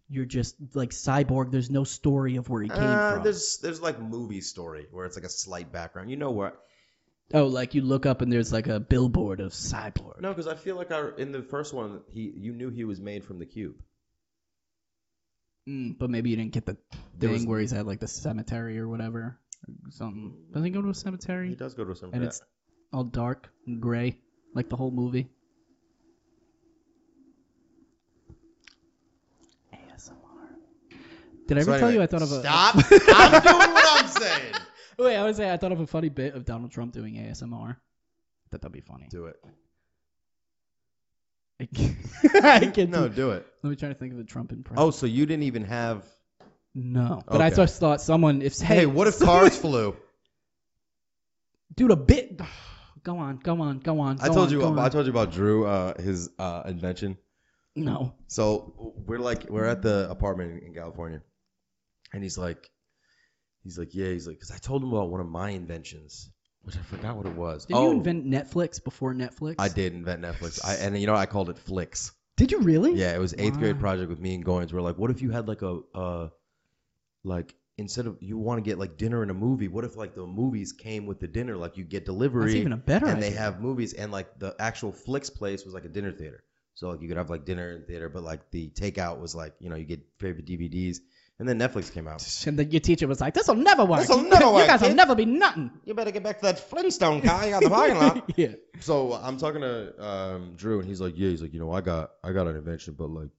you're just like Cyborg. There's no story of where he came Uh, from. There's there's like movie story where it's like a slight background. You know what? Oh, like you look up and there's like a billboard of Cyborg. No, because I feel like I in the first one he you knew he was made from the cube. Mm, but maybe you didn't get the There thing was- where he's at like the cemetery or whatever. Or something. Doesn't he go to a cemetery? He does go to some. and it's all dark and gray, like the whole movie. Did I ever So tell anyway, you I thought of a Stop! I'm doing what I'm saying. Wait, I was say I thought of a funny bit of Donald Trump doing ASMR. That that'd be funny. Do it. I can't- I can't No, do- do it. Let me try to think of a Trump impression. Oh, so you didn't even have. no! But I Okay. just thought someone if Hey, what if cars flew? dude a bit. Go on, go on, go on. I go told on, you. go on. I told you about Drew. Uh, his uh, invention. no. So we're like we're at the apartment in California, and he's like, he's like, yeah, he's like, because I told him about one of my inventions, which I forgot what it was. Did you invent Netflix before Netflix? Oh. I did invent Netflix. I and you know I called it Flix. Did you really? Yeah, it was eighth grade Wow. project with me and Goins. We're like, what if you had like a uh, like instead of you want to get like dinner and a movie, what if like the movies came with the dinner, like you get delivery That's even a better. and they idea. have movies and like the actual flicks place was like a dinner theater so like you could have like dinner and theater but like the takeout was like you know you get favorite dvds and then netflix came out And then your teacher was like, "This'll never work. This'll never you work, guys will kid." never be nothing." you better get back to that flintstone guy you got yeah. so i'm talking to um, drew and he's like yeah he's like you know i got i got an invention but like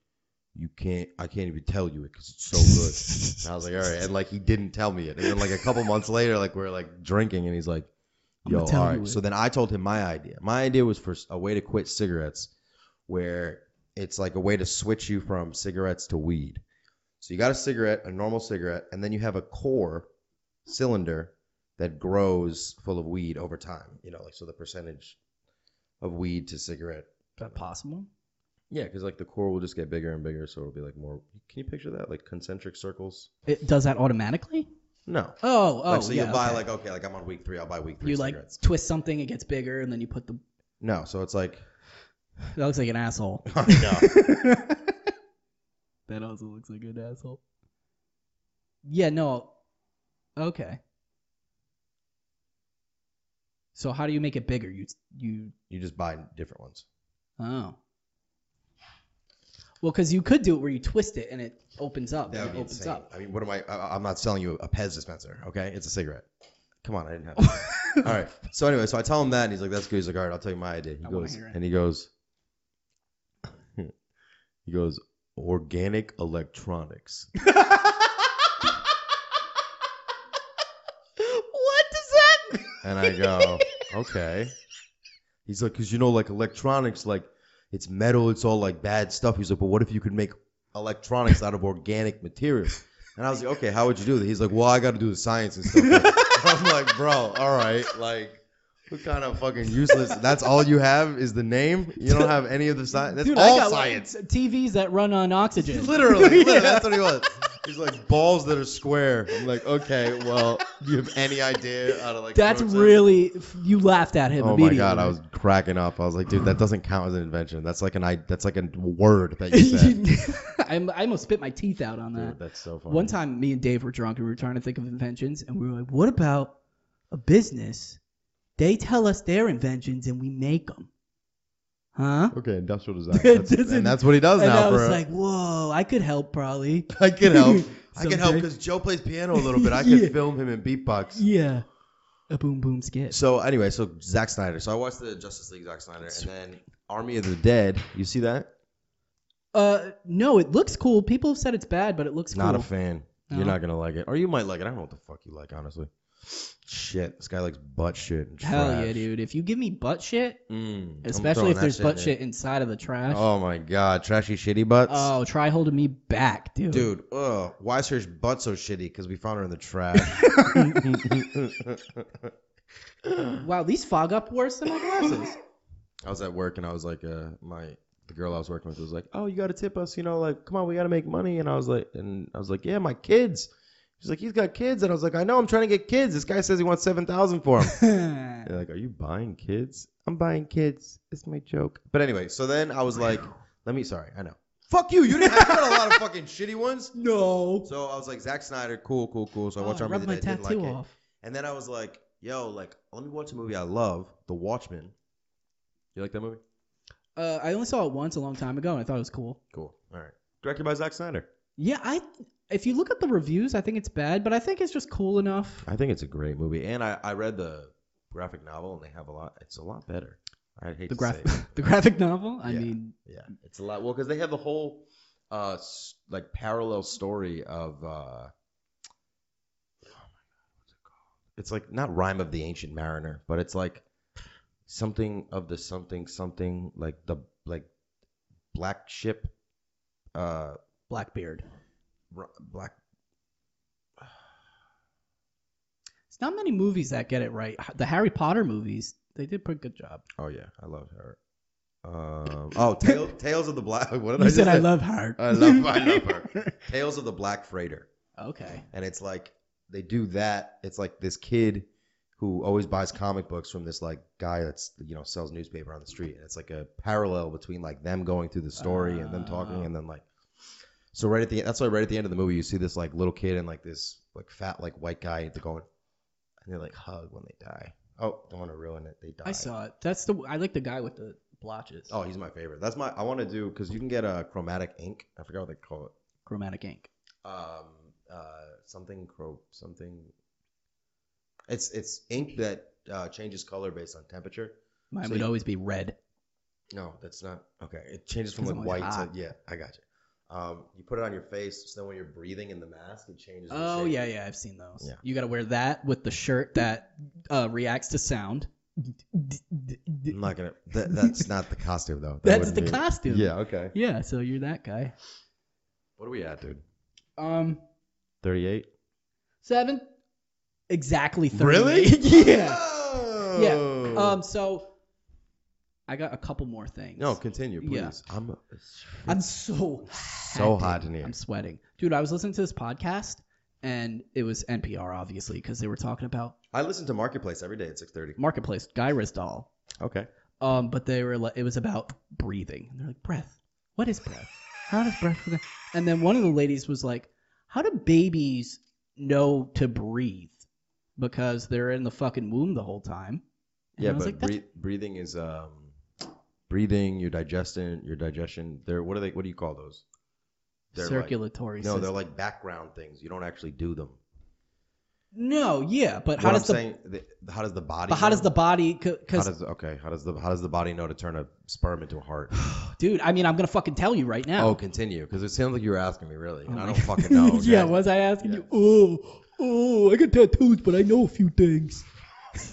you can't i can't even tell you it because it's so good and i was like all right and like he didn't tell me it and then like a couple months later like we're like drinking and he's like I'm Yo, gonna tell all you right. So it. then I told him my idea. My idea was for s- a way to quit cigarettes, where it's like a way to switch you from cigarettes to weed. So you got a cigarette, a normal cigarette, and then you have a core cylinder that grows full of weed over time. You know, like so the percentage of weed to cigarette. Is that possible? Yeah, because like the core will just get bigger and bigger, so it'll be like more. Can you picture that? Like concentric circles? It does that automatically? No. Oh, oh. like so yeah, you'll buy okay. like okay, like I'm on week three, I'll buy week three you like cigarettes. twist something, it gets bigger, and then you put the. No, so it's like That looks like an asshole. no. That also looks like an asshole. Yeah, no. Okay. So how do you make it bigger? You you You just buy different ones. oh. Well, because you could do it where you twist it and it opens up. and it opens up. I mean, what am I, I? I'm not selling you a Pez dispenser, okay? It's a cigarette. Come on, I didn't have. all all right. So anyway, so I tell him that, and he's like, "That's good." He's like, "All right, I'll tell you my idea." He I wanna goes, hear it. and he goes, he goes, organic electronics. what does that? And I go, okay. He's like, because you know, like electronics, like it's metal, it's all like bad stuff. He's like, but what if you could make electronics out of organic material? And I was like, okay, how would you do that? He's like, well, I got to do the science and stuff. I'm like, bro, all right, like. What kind of fucking useless? That's all you have is the name. You don't have any of the science. That's Dude, I all got like, science. TVs that run on oxygen. Literally, literally, Yeah. that's what he was. He's like balls that are square. I'm like, okay, well, do you have any idea out of like? That's process? really you laughed at him. Oh my immediately. god, I was cracking up. I was like, dude, that doesn't count as an invention. That's like an I. That's like a word that you said. I'm- I almost spit my teeth out on that. dude, that's so funny. One time, me and Dave were drunk and we were trying to think of inventions, and we were like, "What about a business? They tell us their inventions and we make them, huh?" Okay, industrial design. It That's, doesn't- and that's what he does And I now, was bro. like, "Whoa, I could help probably." I can help. I can help Someday. because Joe plays piano a little bit. I can Yeah. film him in beatbox. Yeah, a boom boom skit. So anyway, so Zack Snyder. So I watched the Justice League Zack Snyder, and then Army of the Dead. You see that? Uh, no, it looks cool. People have said it's bad, but it looks Not cool. a fan. No. You're not gonna like it, or you might like it. I don't know what the fuck you like, honestly. Shit, this guy likes butt shit. And Hell yeah, trash. dude! If you give me butt shit, Mm, I'm throwing especially if that there's shit butt in. shit inside of the trash. Oh my god, trashy shitty butts. Oh, try holding me back, dude. Dude, ugh, why is her butt so shitty? Because we found her in the trash. Wow, these fog up worse than my glasses. I was at work and I was like, uh, my the girl I was working with was like, oh, you gotta tip us, you know, like, come on, we gotta make money. And I was like, and I was like, yeah, my kids. She's like, he's got kids, and I was like, I know, I'm trying to get kids. This guy says he wants seven thousand for him. They're like, are you buying kids? I'm buying kids. It's my joke. But anyway, so then I was like, let me. Sorry, I know. Fuck you. You didn't have a lot of fucking shitty ones. no. So I was like, Zack Snyder, cool, cool, cool. So I watched Oh, Army of the rubbed my Dead, didn't like tattoo it. off. And then I was like, yo, like, let me watch a movie I love, The Watchmen. You like that movie? Uh, I only saw it once a long time ago, and I thought it was cool. Cool. All right. Directed by Zack Snyder. Yeah, I. If you look at the reviews, I think it's bad, but I think it's just cool enough. I think it's a great movie. And I, I read the graphic novel, and they have a lot. It's a lot better. I hate to The graph, say it. the graphic novel. I Yeah. mean, Yeah. It's a lot. Well, because they have the whole. uh s- like parallel story of uh oh my god, what's it called? It's like not rhyme of the ancient mariner, but it's like something of the something something like the like black ship uh Blackbeard. r- black It's not many movies that get it right. The Harry Potter movies, they did a pretty good job. oh yeah, I love her. Um oh Tale, Tales of the Black what did You I said just I say? love her. I love I love her. Tales of the Black Freighter. Okay. and it's like they do that. It's like this kid who always buys comic books from this like guy that's you know sells newspaper on the street, and it's like a parallel between like them going through the story and them talking, Oh. and then like so right at the that's why right at the end of the movie you see this like little kid and like this like fat like white guy and they're going and they like hug when they die. Oh, don't want to ruin it. They die. I saw it. That's the I like the guy with the blotches. Oh, he's my favorite. That's my I want to do because you can get a chromatic ink. I forgot what they call it. Chromatic ink. um, uh, something cro something. It's it's ink that uh, changes color based on temperature. Mine So would you- always be red. No, that's not okay. It changes from It's like only white hot. to yeah. I got you. Um, you put it on your face, so then when you're breathing in the mask, it changes. the Oh shape. yeah, yeah, I've seen those. Yeah. You got to wear that with the shirt that uh, reacts to sound. I'm not gonna. That, that's not the costume though. That That's the wouldn't be- costume. Yeah. Okay. Yeah, so you're that guy. What are we at, dude? Um, Thirty-eight. seven, exactly thirty. Really? yeah. Yeah. Oh. Um, so I got a couple more things. No, continue, please. yeah. I'm. I'm Oh. so So hot in here. I'm sweating, dude. I was listening to this podcast, and it was NPR, obviously, because they were talking about I listen to Marketplace every day at six thirty. marketplace Guy Rizdahl. Okay. Um, but they were like, it was about breathing. And they're like, breath. What is breath? How does breath? And then one of the ladies was like, how do babies know to breathe? Because they're in the fucking womb the whole time. And Yeah, I was but like, that's- breath- breathing is um, breathing. Your digestion, your digestion. They're what are they? What do you call those? They're circulatory. Like, no, they're system. like background things. You don't actually do them. no, yeah, but how What does I'm the saying, the, how does the body? but how know? does the body? how Because does okay? How does the how does the body know to turn a sperm into a heart? dude, I mean, I'm gonna fucking tell you right now. Oh, continue because it sounds like you were asking me really, and Oh I my- don't fucking know. yeah, okay? was I asking you? Oh, oh, I got tattoos, but I know a few things.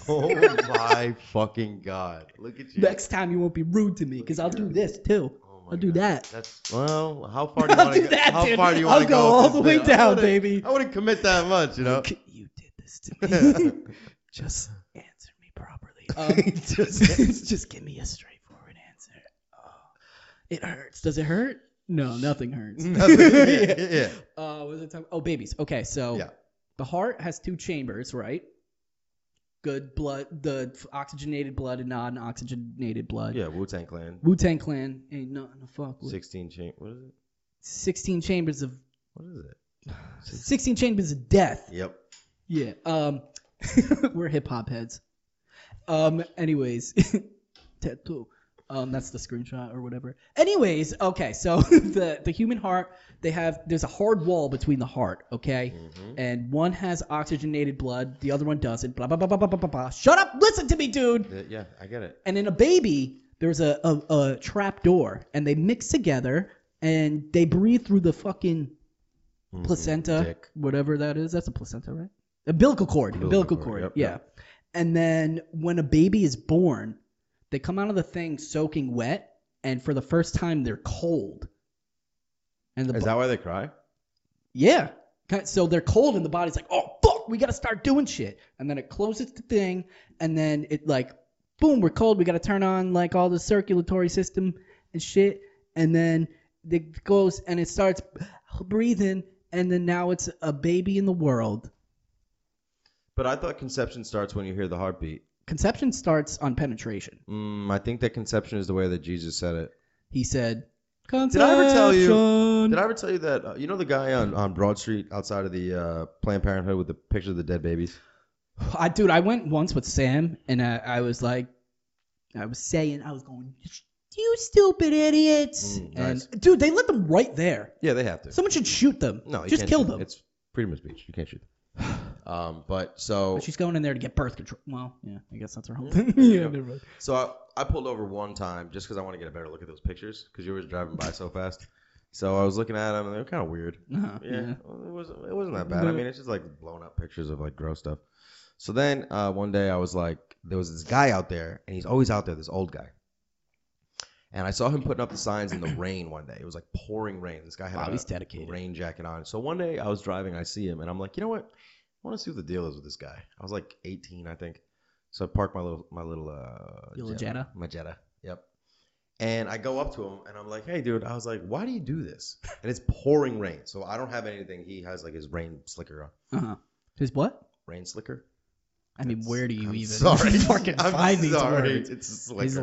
Oh my fucking god! Look at you. Next time you won't be rude to me, because I'll do this too. Oh my I'll do God. that. That's well. How far do you I'll want to do go? that, how dude. far do you I'll want to go? go with all this the way thing? I down, wouldn't- baby. I wouldn't commit that much, you know. Look, You did this to me. just answer me properly. Um, just, just give me a straightforward answer. Oh, it hurts. Does it hurt? No, nothing hurts. yeah, yeah, yeah. Uh, what was I talking? Oh, babies. Okay, so Yeah. the heart has two chambers, right? Good blood, the f- oxygenated blood and non-oxygenated blood. Yeah, Wu Tang Clan. Wu Tang Clan ain't nothing to fuck with. Sixteen chain. What is it? Sixteen chambers of What is it? sixteen chambers of death. Yep. Yeah. Um, we're hip hop heads. Um. Anyways, tattoo. Um, that's the screenshot or whatever. Anyways, okay. So the the human heart, they have there's a hard wall between the heart. Okay. Mm-hmm. And one has oxygenated blood, the other one doesn't. Blah blah blah blah blah blah blah. blah. Shut up! Listen to me, dude. Uh, Yeah, Yeah, I get it. And in a baby, there's a a, a trap door, and they mix together, and they breathe through the fucking Mhm. placenta, Dick. whatever that is. That's a placenta, right? Umbilical cord. Umbilical Umbilical, cord. cord, yep, yeah. And then when a baby is born, they come out of the thing soaking wet, and for the first time they're cold. And the Is bo- that why they cry? yeah. Ki- So they're cold, and the body's like, "Oh fuck, we gotta start doing shit." And then it closes the thing, and then it like, boom, we're cold. We gotta turn on like all the circulatory system and shit. And then it goes and it starts breathing, and then now it's a baby in the world. But I thought conception starts when you hear the heartbeat. Conception starts on penetration. Mm, I think that conception is the way that Jesus said it. He said, Did I ever tell you- "Conception." Did I ever tell you that? Uh, you know the guy on, on Broad Street outside of the uh, Planned Parenthood with the picture of the dead babies? I dude, I went once with Sam, and I, I was like, I was saying, I was going, you stupid idiots, Mm, and nice. dude, they let them right there. Yeah, they have to. Someone should shoot them. no, you just can't kill shoot them. It's freedom of speech. You can't shoot them. um, but so. But she's going in there to get birth control. Well, yeah, I guess that's her whole Yeah. thing. Yeah. never mind. So I, I pulled over one time just because I want to get a better look at those pictures because you were driving by so fast. So I was looking at them and they were kind of weird. Uh-huh, Yeah, well, it wasn't it wasn't that bad. I No. mean, it's just like blown up pictures of like gross stuff. So then uh, one day I was like, there was this guy out there, and he's always out there, this old guy. And I saw him putting up the signs in the rain one day. It was like pouring rain. This guy had Wow, a he's dedicated. rain jacket on. So one day I was driving, I see him, and I'm like, you know what? I want to see what the deal is with this guy. I was like 18, I think. So I parked my little my little uh Your little Jetta? My Jetta. Yep. And I go up to him and I'm like, hey dude, I was like, why do you do this? And it's pouring rain. So I don't have anything. He has like his rain slicker on. Uh-huh. His what? Rain slicker? I mean, It's- where do you I'm even sorry. fucking I'm find these sorry. words? It's slicker. His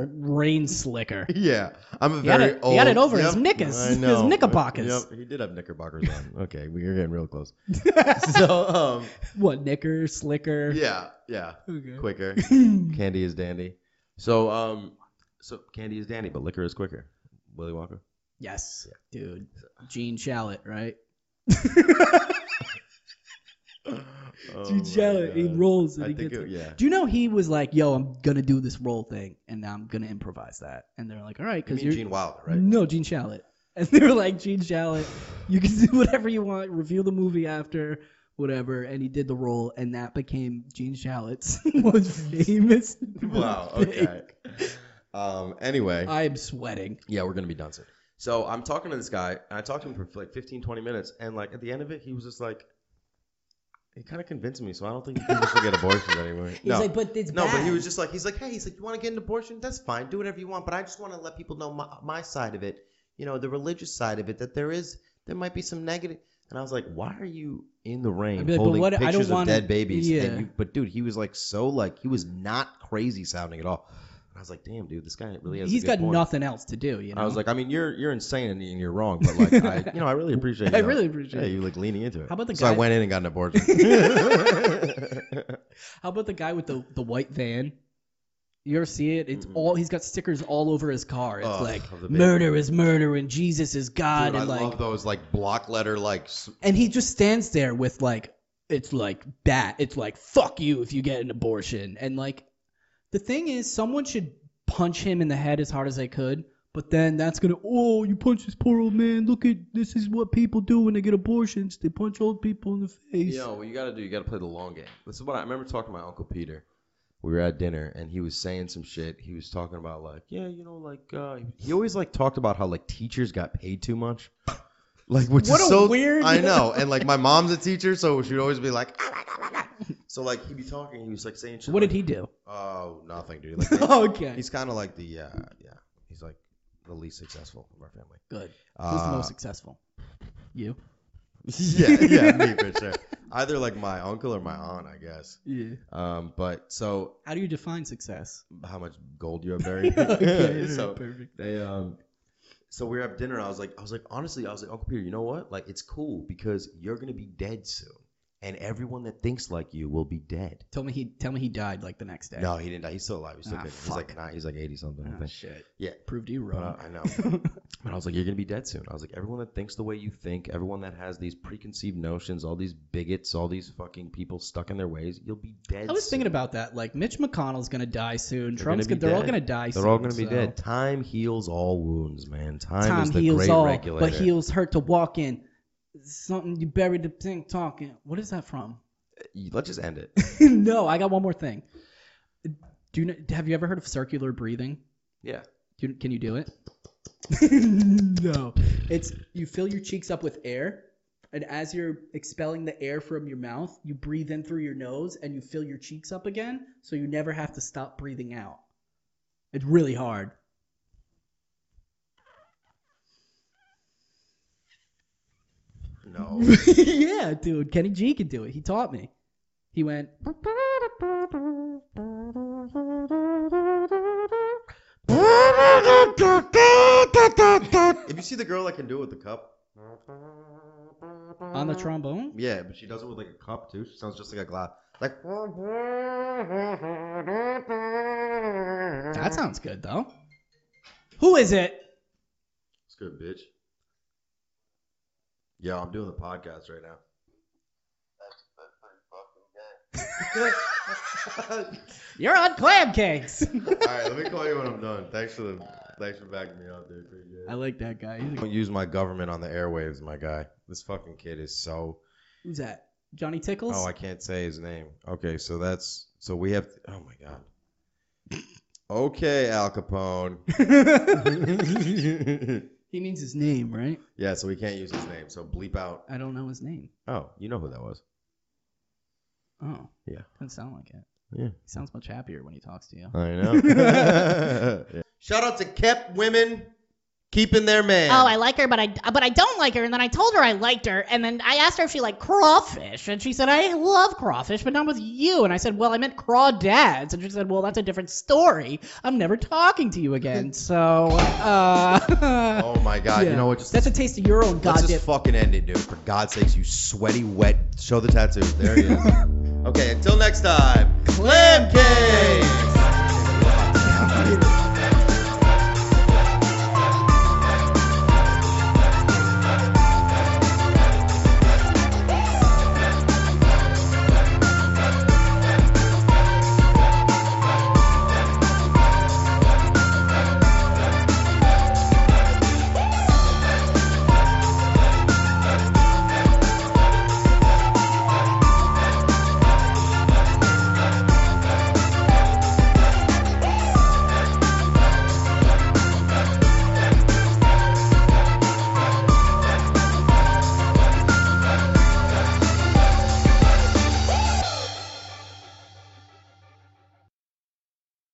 rain slicker. Yeah, I'm a He had very it- old. he had it over his Yep, knickers, I his know. knickerbockers. Yep, he did have knickerbockers on. Okay, we are getting real close. so, what knicker, um, slicker? yeah, yeah, Okay. quicker. Candy is dandy. So, um, so candy is dandy, but liquor is quicker. Willy Walker. yes, dude. Gene Shalit, right? Oh Gene my Shalit, he God. rolls and I he think gets. it, yeah. Do you know he was like, "Yo, I'm gonna do this roll thing, and I'm gonna improvise that," and they're like, "All right, You because mean you're Gene Wilder, right? no Gene Shalit," and they were like, "Gene Shalit, you can do whatever you want, review the movie after." Whatever, and he did the role, and that became Gene Shalit's most famous. Wow. thing. Okay. um. Anyway. I am sweating. Yeah, we're gonna be done soon. So I'm talking to this guy, and I talked to him for like 15, 20 minutes, and like at the end of it, he was just like, he kind of convinced me, so I don't think he can just get abortions anymore. no, but it's no, but he was just like, he's like, hey, he's like, you want to get an abortion? That's fine, do whatever you want, but I just want to let people know my, my side of it, you know, the religious side of it, that there is, there might be some negative. And I was like, why are you in the rain I'd be like, but holding what- I don't pictures of wanna- dead babies? yeah. And you, but dude, he was like so like he was not crazy sounding at all. And I was like, damn, dude, this guy really has. He's a good got point. nothing else to do. You know. I was like, I mean, you're you're insane and, and you're wrong, but like, I, you know, I really appreciate. I you know, really appreciate Yeah, it. you like leaning into it. How about the so I guy- went in and got an abortion. How about the guy with the the white van? You ever see it? It's Mm-mm. all he's got stickers all over his car. It's Ugh, like of the baby. murder is murder and Jesus is God Dude, I and like love those like block letter like. s- and he just stands there with like it's like bat it's like fuck you if you get an abortion and like the thing is someone should punch him in the head as hard as they could but then that's gonna oh you punch this poor old man look at this is what people do when they get abortions they punch old people in the face You know what you got to do? You got to play the long game. This is what I, I remember talking to my uncle Peter. We were at dinner and he was saying some shit. He was talking about like, yeah, you know, like uh, he always like talked about how like teachers got paid too much. Like which is What a so weird- I know, and like my mom's a teacher, so she'd always be like, "Ah, ah, ah, ah, ah." so like he'd be talking, he was like saying shit. what like, did he do Oh, nothing, dude. Like, they- okay he's kind of like the uh, yeah. He's like the least successful of our family. good Uh, who's the most successful you yeah, yeah, me for sure. Either like my uncle or my aunt, I guess. yeah Um, but so how do you define success how much gold you have buried? Okay, so perfect they um, so we were at dinner. And I was like, I was like, honestly, I was like, Uncle Peter, you know what? Like, it's cool because you're gonna be dead soon, and everyone that thinks like you will be dead. tell me he tell me he died like the next day No, he didn't die. He's still alive. He's still Ah, good. He's like fuck. not. He's like eighty something. I oh, think. shit Yeah. proved you But, uh, wrong I know. But I was like, you're gonna be dead soon. I was like, everyone that thinks the way you think, everyone that has these preconceived notions, all these bigots, all these fucking people stuck in their ways, you'll be dead. I was thinking soon. about that. Like Mitch McConnell's gonna die soon. They're Trump's gonna gonna, be they're all dead. gonna die soon. They're all gonna be so- dead. Time heals all wounds, man. Time, Time is the heals great all, regulator. but heals hurt to walk in. Something you buried the thing talking. What is that from? You- Let's just end it. no, I got one more thing. Do you kn- have you ever heard of circular breathing? Yeah. Do you, can you do it? no. It's you fill your cheeks up with air, and as you're expelling the air from your mouth, you breathe in through your nose and you fill your cheeks up again, so you never have to stop breathing out. It's really hard. No. yeah, dude. Kenny G can do it. He taught me. He went. if you see the girl that can do it with the cup. On the trombone? Yeah, but she does it with like a cup too. She sounds just like a glass. Like That sounds good, though. Who is it? It's good, bitch. Yo, I'm doing the podcast right now. You're on clam cakes. All right, let me call you when I'm done. Thanks for the Thanks for backing me up, dude. Appreciate it. I like that guy. He's a- Don't use my government on the airwaves, my guy. This fucking kid is so. Who's that? Johnny Tickles? Oh, I can't say his name. Okay, so that's so we have. oh my god. Okay, Al Capone. he means his name, right? yeah, so we can't use his name. So bleep out. I don't know his name. Oh, you know who that was. Oh. Yeah. Doesn't sound like it. Yeah. He sounds much happier when he talks to you. I know. Shout out to kept women keeping their man. Oh, I like her, but I but I don't like her. And then I told her I liked her, and then I asked her if she liked crawfish, and she said I love crawfish, but not with you. And I said, well, I meant crawdads, and she said, well, that's a different story. I'm never talking to you again. So, uh. Oh my god. You yeah. know what? Just That's a taste of your own Let's goddamn. just fucking end it, dude. For God's sakes, you sweaty, wet. Show the tattoo. There he is. okay, until next time. Clam cake.